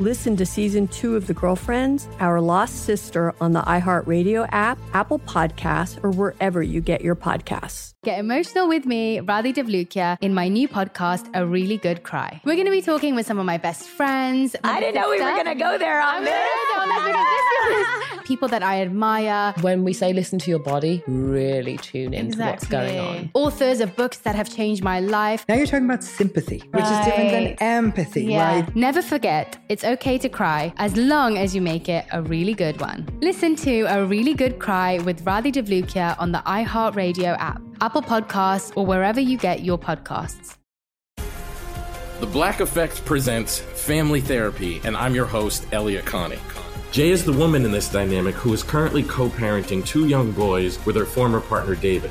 Listen to season two of The Girlfriends, Our Lost Sister on the iHeartRadio app, Apple Podcasts, or wherever you get your podcasts. Get emotional with me, Radhi Devlukia, in my new podcast, A Really Good Cry. We're going to be talking with some of my best friends. I didn't know we were going to go there on I'm this. gonna go down this list. People that I admire, When we say listen to your body, really tune into what's going on. Authors of books that have changed my life. Now you're talking about sympathy, which is different than Right. empathy, right? Never forget, it's okay to cry as long as you make it a really good one. Listen to A Really Good Cry with Radhi Devlukia on the iHeartRadio app, Apple Podcasts, or wherever you get your podcasts. The Black Effect presents Family Therapy, and I'm your host, Elliot Connie. Jay is the woman in this dynamic who is currently co parenting two young boys with her former partner, David.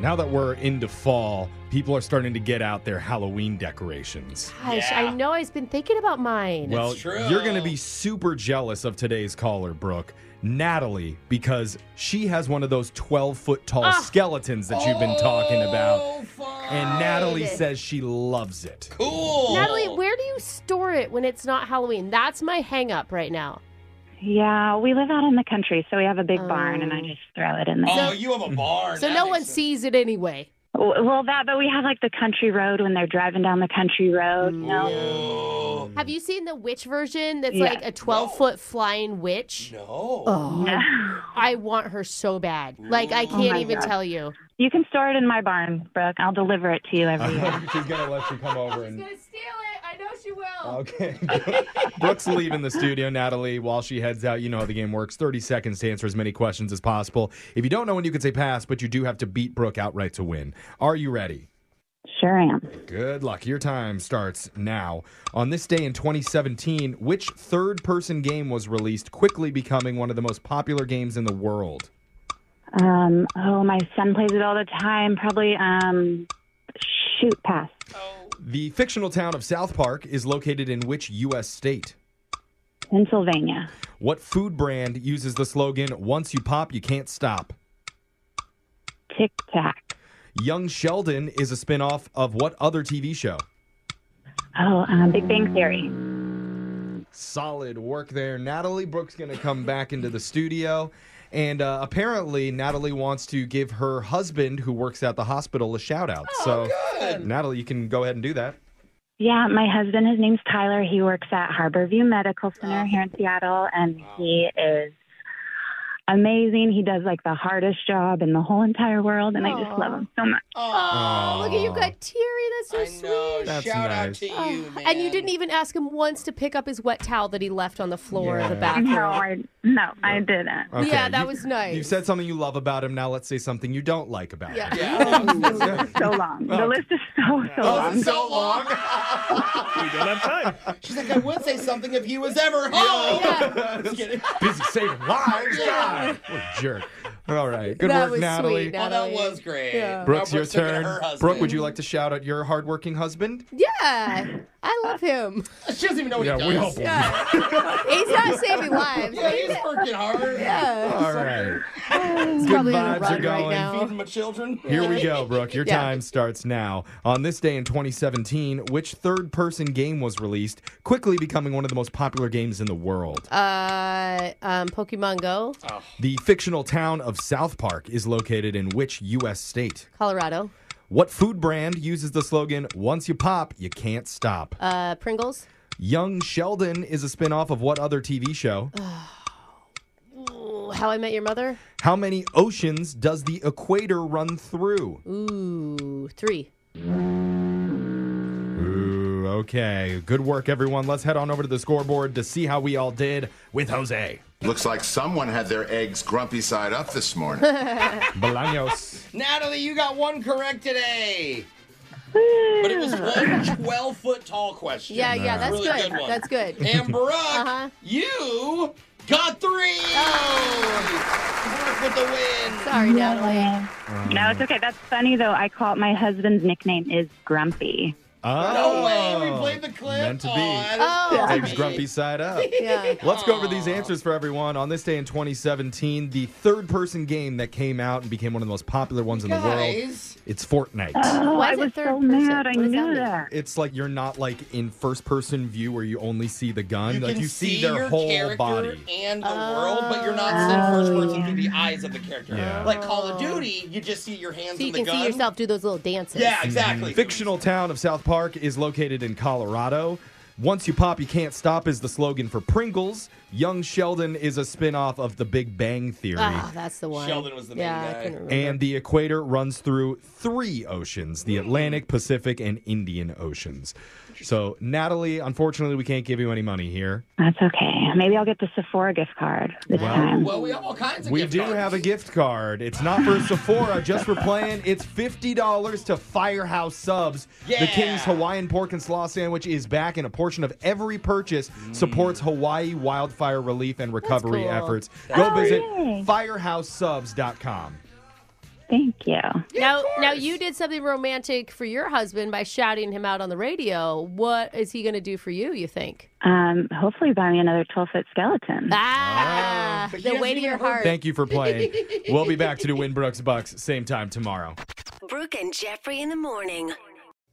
Now that we're into fall, people are starting to get out their Halloween decorations. Gosh, I know. I've been thinking about mine. well, you're going to be super jealous of today's caller, Brooke. Natalie, because she has one of those 12 foot tall skeletons that you've been talking about. And Natalie says she loves it. Natalie, where do you store it when it's not Halloween? That's my hang up right now. Yeah, we live out in the country, so we have a big barn, and I just throw it in there. Oh, you have a barn. So no one sees it anyway. W- Well, that, but we have like the country road when they're driving down the country road. You know? Have you seen the witch version that's Yeah. like a 12 foot flying witch? No. Oh. I want her so bad. Like, I can't my even God. tell you. You can store it in my barn, Brooke. I'll deliver it to you every year. She's going to let you come over and. steal it. I know she will. Okay. Brooke's leaving the studio, Natalie. While she heads out, you know how the game works 30 seconds to answer as many questions as possible. If you don't know when you can say pass, but you do have to beat Brooke outright to win. Are you ready? Sure am. Good luck. Your time starts now. On this day in 2017, which third person game was released, quickly becoming one of the most popular games in the world? Um, oh, my son plays it all the time. Probably um, shoot pass. The fictional town of South Park is located in which U.S. state? Pennsylvania. What food brand uses the slogan, once you pop, you can't stop? Tic Tac. Young Sheldon is a spinoff of what other TV show? Oh, um, Big Bang Theory. Solid work there, Natalie. Brooks going to come back into the studio. And uh, apparently, Natalie wants to give her husband, who works at the hospital, a shout out. so, Natalie, you can go ahead and do that. Yeah, my husband, his name's Tyler. He works at Harborview Medical Center here in Seattle, and he is amazing. He does like the hardest job in the whole entire world, and I just love him so much. Oh, look at you got teary. That's so sweet. That's nice. And you didn't even ask him once to pick up his wet towel that he left on the floor of the Yeah. bathroom. No, I, no, I didn't. Okay, Yeah, that was You nice. said something you love about him. Now let's say something you don't like about him. Oh. So long. The list is so so long. so long. She's like, I would say something if he was ever home. Busy saving lives. God, what a jerk. All right. Good That work, was Natalie. sweet, Natalie. Well, Oh, that was great. Yeah. Brooks, Now your Brooke's looking at her turn. husband. Brooke, would you like to shout out your hardworking husband? Yeah, I love him. She doesn't even know what yeah, he we does. hope. He's not saving lives. Yeah, he's working hard. Yeah. All right. Good Good vibes are going. Feeding my children. Here we go, Brooke. Your Yeah. time starts now. On this day in 2017, which third person game was released, quickly becoming one of the most popular games in the world? Uh, um, Pokemon Go, Oh. The fictional town of South Park is located in which U.S. state? Colorado, What food brand uses the slogan, once you pop, you can't stop? uh, Pringles. Young Sheldon is a spin off of what other TV show? Uh. Ooh, How I Met Your Mother. How many oceans does the equator run through? Ooh, three. Ooh, okay. Good work, everyone. Let's head on over to the scoreboard to see how we all did with Jose. Looks like someone had their eggs grumpy side up this morning. Bolaños. Natalie, you got one correct today. But it was one 12 foot tall question. Yeah, yeah, that's Really good. one. That's good. And Brooke, Uh-huh. you got three. Brooke with the win. Sorry, Natalie. No, it's okay. That's funny though. I call my husband's nickname is Grumpy. No way. We played the clip. Oh. Meant to be. Aw, Oh. Eggs grumpy side up. Yeah. Let's go over these answers for everyone. On this day in 2017, the third person game that came out and became one of the most popular ones in the world. Guys. It's Fortnite. Oh, Why I is it was third so person? mad. I What does that knew mean? that. It's like you're not like in first person view where you only see the gun. You like can you see, see their your whole character body. and the world, but you're not seeing first Oh. person through the eyes of the character. Like Call of Duty, you just see your hands So you in the can gun. see yourself do those little dances. Yeah, exactly. Fictional town of South Park is located in Colorado. Once you pop, you can't stop is the slogan for Pringles. Young Sheldon is a spin-off of The Big Bang Theory. Ah, that's the one. Sheldon was the main yeah, guy. I couldn't remember. And the equator runs through three oceans the Atlantic, Pacific, and Indian Oceans. So, Natalie, unfortunately, we can't give you any money here. That's okay. Maybe I'll get the Sephora gift card this time. Well, we have all kinds of We gift do cards. have a gift card. It's not for Sephora, just for playing. It's $50 to Firehouse Subs. The Yeah. King's Hawaiian Pork and Slaw Sandwich is back, and a portion of every purchase Mm. supports Hawaii wildfire relief and recovery cool. efforts. That's Go cool. visit firehousesubs.com. Thank you. now, now you did something romantic for your husband by shouting him out on the radio. What is he going to do for you? You think? Um, hopefully, buy me another 12 foot skeleton. Ah, the weight of your heart. Thank you for playing. we'll be back to do Winbrooks Bucks same time tomorrow. Brooke and Jeffrey in the morning.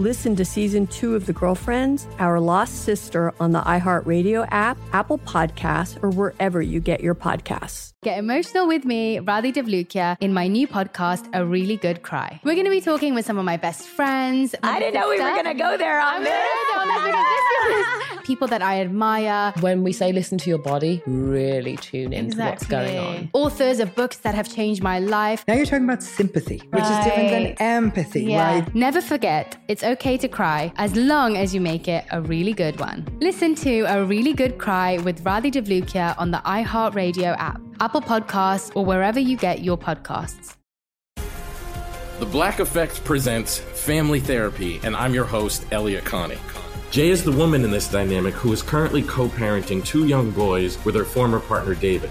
Listen to season two of The Girlfriends, Our Lost Sister on the iHeartRadio app, Apple Podcasts, or wherever you get your podcasts. Get emotional with me, Radhi Devlukia, in my new podcast, A Really Good Cry. We're going to be talking with some of my best friends. I didn't know we were Sister. gonna go there on I'm this. gonna go there on this because this is- people that I admire. When we say listen to your body, really tune into what's going on. Authors of books that have changed my life. Now you're talking about sympathy, which is different than empathy, Yeah. right? Never forget, it's okay to cry as long as you make it a really good one. Listen to A Really Good Cry with Radhi Devlukia on the iHeartRadio app, Apple Podcasts, or wherever you get your podcasts. The Black Effect presents Family Therapy, and I'm your host, Elia Connie. Jay is the woman in this dynamic who is currently co parenting two young boys with her former partner, David.